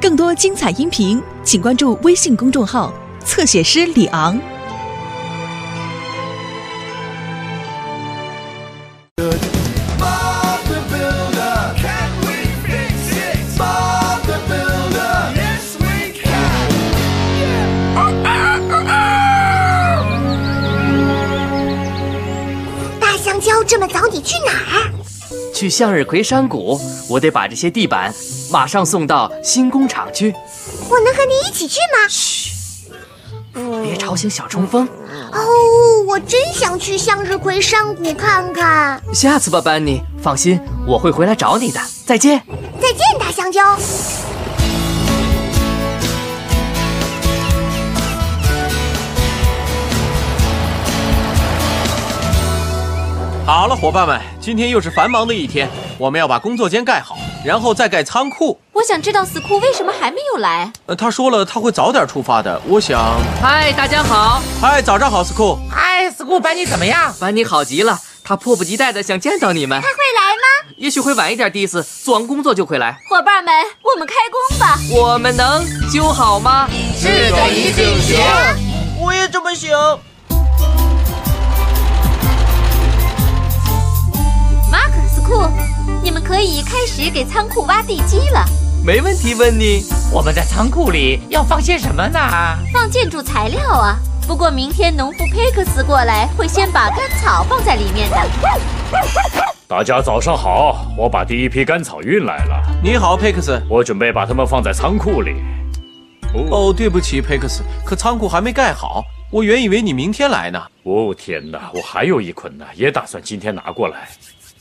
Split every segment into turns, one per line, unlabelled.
更多精彩音频，请关注微信公众号“侧写师李昂”。
Bob the Builder. Can we fix it? Bob the Builder. Yes, we can. Yeah.
大香蕉这么早，你去哪儿？
去向日葵山谷，我得把这些地板马上送到新工厂去。
我能和你一起去吗？
别吵醒小冲锋。
哦，我真想去向日葵山谷看看。
下次吧，班尼，放心，我会回来找你的。再见。
再见，大香蕉。
好了，伙伴们，今天又是繁忙的一天，我们要把工作间盖好，然后再盖仓库。
我想知道死库为什么还没有来。
呃，他说了他会早点出发的，我想，
嗨，大家好。
嗨，早上好，斯库。
哎，斯库班尼怎么样？
班尼好极了，他迫不及待的想见到你们。
快来吗？
也许会晚一点，迪斯，做完工作就会来。
伙伴们，我们开工吧！
我们能修好吗？
是的，一定行。我也这么想。
马克斯库，你们可以开始给仓库挖地基了，
没问题，温妮。
我们在仓库里要放些什么呢？
放建筑材料啊。不过明天农夫佩克斯过来，会先把干草放在里面的。
大家早上好，我把第一批干草运来了，
你好，佩克斯。
我准备把它们放在仓库里。
哦，对不起，佩克斯，可仓库还没盖好，我原以为你明天来呢。
哦天哪，我还有一捆呢，也打算今天拿过来。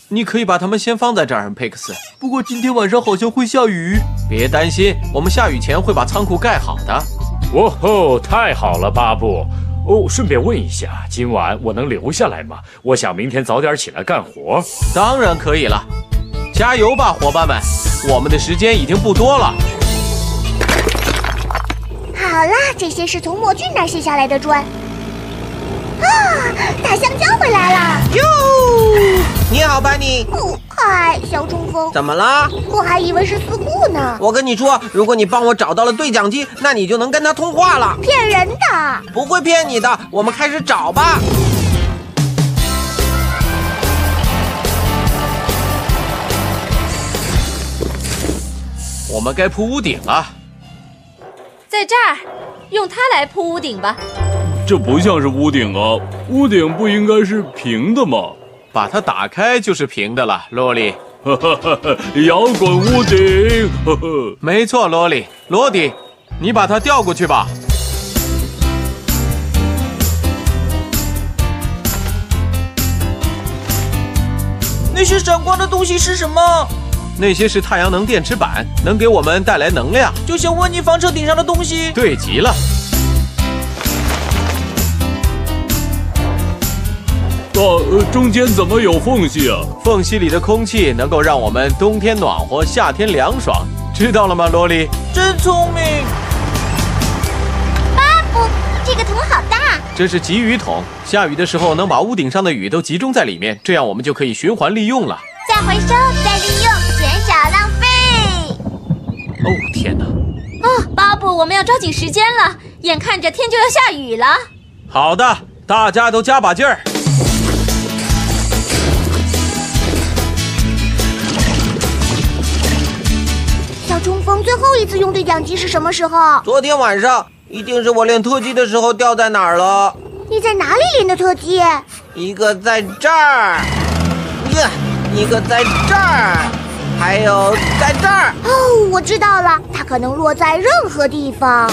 你可以把它们先放在这儿，佩克斯。不过今天晚上好像会下雨，别担心，我们下雨前会把仓库盖好的。
哦吼，太好了，巴布。哦，顺便问一下，今晚我能留下来吗？我想明天早点起来干活。
当然可以了，加油吧，伙伴们，我们的时间已经不多了。
好啦，这些是从魔君那儿卸下来的砖。啊，大香蕉回来了！
你好，班尼，
哦，嗨，小冲锋，
怎么了？
我还以为是四顾呢，
我跟你说，如果你帮我找到了对讲机，那你就能跟他通话了，
骗人的。
不会骗你的。我们开始找吧。
我们该铺屋顶了。
在这儿，用它来铺屋顶吧。
这不像是屋顶啊！屋顶不应该是平的吗？
把它打开就是平的了，萝莉。
哈哈哈哈！摇滚屋顶，呵呵。
没错，萝莉，罗迪，你把它调过去吧。
那些闪光的东西是什么？
那些是太阳能电池板，能给我们带来能量，
就像温妮房车顶上的东西。
对极了。
啊，呃中间怎么有缝隙啊？
缝隙里的空气能够让我们冬天暖和，夏天凉爽，知道了吗，萝莉？
真聪明。
巴布，哦这个桶好大，
这是集雨桶，下雨的时候能把屋顶上的雨都集中在里面，这样我们就可以循环利用了。哦
再回收，再利用，减少浪费。
哦天哪！
啊，巴布，我们要抓紧时间了，眼看着天就要下雨了。
好的，大家都加把劲儿。
小冲锋最后一次用对讲机是什么时候？
昨天晚上一定是我练特技的时候掉在哪儿了。
你在哪里练的特技？
一个在这儿，呀，一个在这儿，还有在这儿。
哦，我知道了，它可能落在任何地方。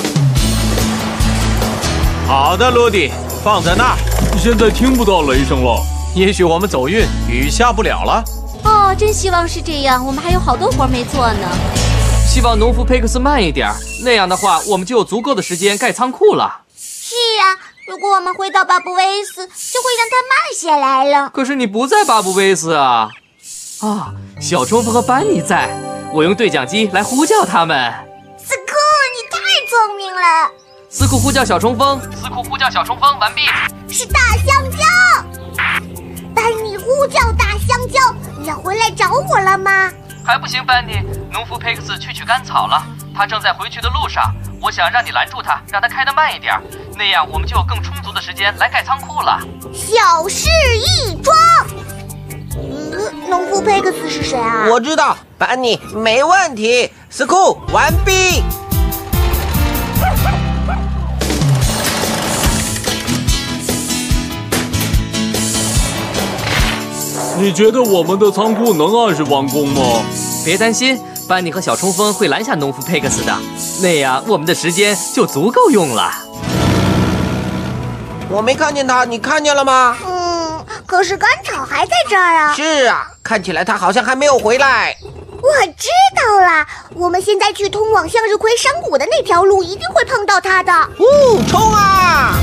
好的，罗迪，放在那儿。
现在听不到雷声了。
也许我们走运，雨下不了了。
哦，真希望是这样，我们还有好多活没做呢。
希望农夫佩克斯慢一点儿，那样的话我们就有足够的时间盖仓库了。
是呀、如果我们回到巴布威斯，就会让它慢下来了。
可是你不在巴布威斯啊！啊，小冲锋和班尼在，我用对讲机来呼叫他们。
斯库，你太聪明了，
斯库呼叫小冲锋，斯库呼叫小冲锋完毕。
是大香蕉。班尼呼叫大香蕉，你要回来找我了吗？
还不行，班尼，农夫佩克斯去取干草了，他正在回去的路上。我想让你拦住他，让他开得慢一点，那样我们就有更充足的时间来盖仓库了。
小事一桩。嗯，农夫佩克斯是谁啊？
我知道，班尼没问题。斯库完毕。
你觉得我们的仓库能按时完工吗？
别担心，班尼和小冲锋会拦下农夫佩克斯的，那样我们的时间就足够用了。
我没看见他，你看见了吗？
嗯，可是甘草还在这儿啊！
是啊，看起来他好像还没有回来。
我知道啦，我们现在去通往向日葵山谷的那条路，一定会碰到他的。
呜，冲啊！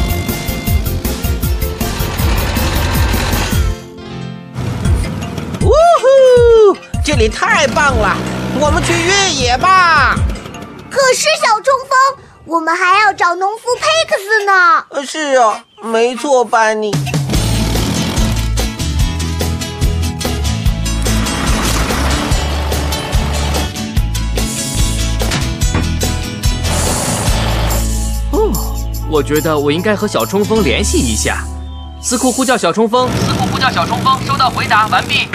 呜呼，这里太棒了，我们去越野吧。
可是小冲锋，我们还要找农夫佩克斯呢。
呃是啊，没错，班尼。
我觉得我应该和小冲锋联系一下。斯库呼叫小冲锋，斯库呼叫小冲锋，收到回答完毕。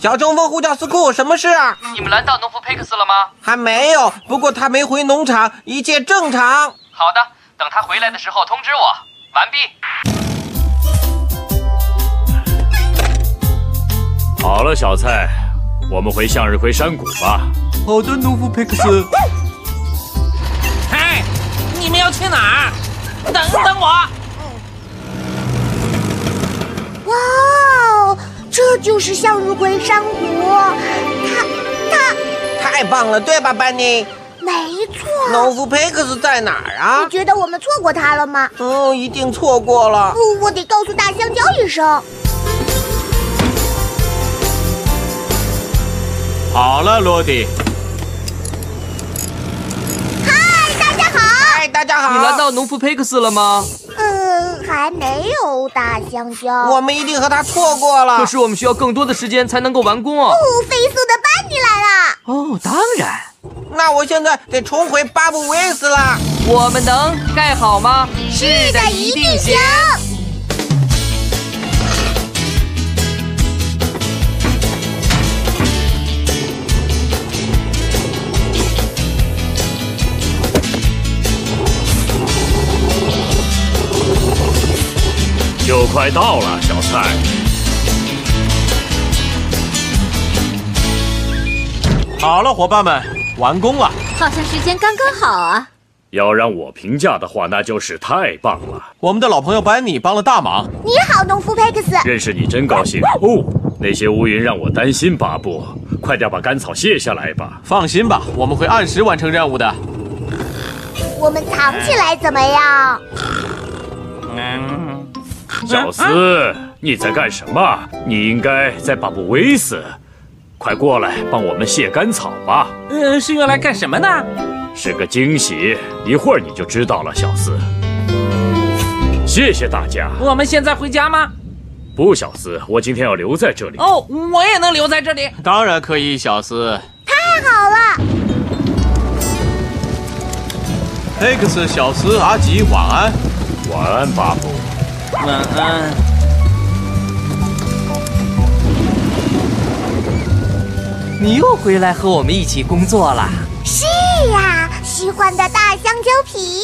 小冲锋呼叫斯库，什么事啊？
你们拦到农夫佩克斯了吗？
还没有，不过他没回农场，一切正常。
好的，等他回来的时候通知我。完毕。
好了，小蔡，我们回向日葵山谷吧。
好的，农夫佩克斯。
嗨，你们要去哪儿？等等我。
哇哦，这就是向日葵山谷，它它
太棒了，对吧，班尼？
没错。
农夫佩克斯在哪儿
你
啊？
觉得我们错过它了吗？
嗯，一定错过了。
不，我得告诉大香蕉一声。
好了，罗迪，
嗨，大家好。
嗨，大家好。
你拦到农夫佩克斯了吗？
嗯，还没有大香蕉。
我们一定和他错过了。
可是我们需要更多的时间才能够完工哦。
哦，飞速的班尼来了。
哦，当然，
那我现在得重回巴布维斯了。
我们能盖好吗？是
的一定行。
就快到了，小蔡。
好了，伙伴们，完工了。
好像时间刚刚好啊。
要让我评价的话，那就是太棒了，
我们的老朋友班尼帮了大忙。
你好，农夫佩克斯。
认识你真高兴。哦，那些乌云让我担心，巴布，快点把干草卸下来吧。
放心吧，我们会按时完成任务的。
我们藏起来怎么样？
啊
小斯，你在干什么？你应该在巴布威斯，快过来帮我们卸干草吧。
呃，是用来干什么呢？
是个惊喜，一会儿你就知道了，小斯。谢谢大家。
我们现在回家吗？
不，小斯，我今天要留在这里。
哦，我也能留在这里。
当然可以，小斯。
好了，
佩克斯、小斯、阿吉，晚安。
晚安，巴布。
晚安。
你又回来和我们一起工作了。
是呀，喜欢的大香蕉皮。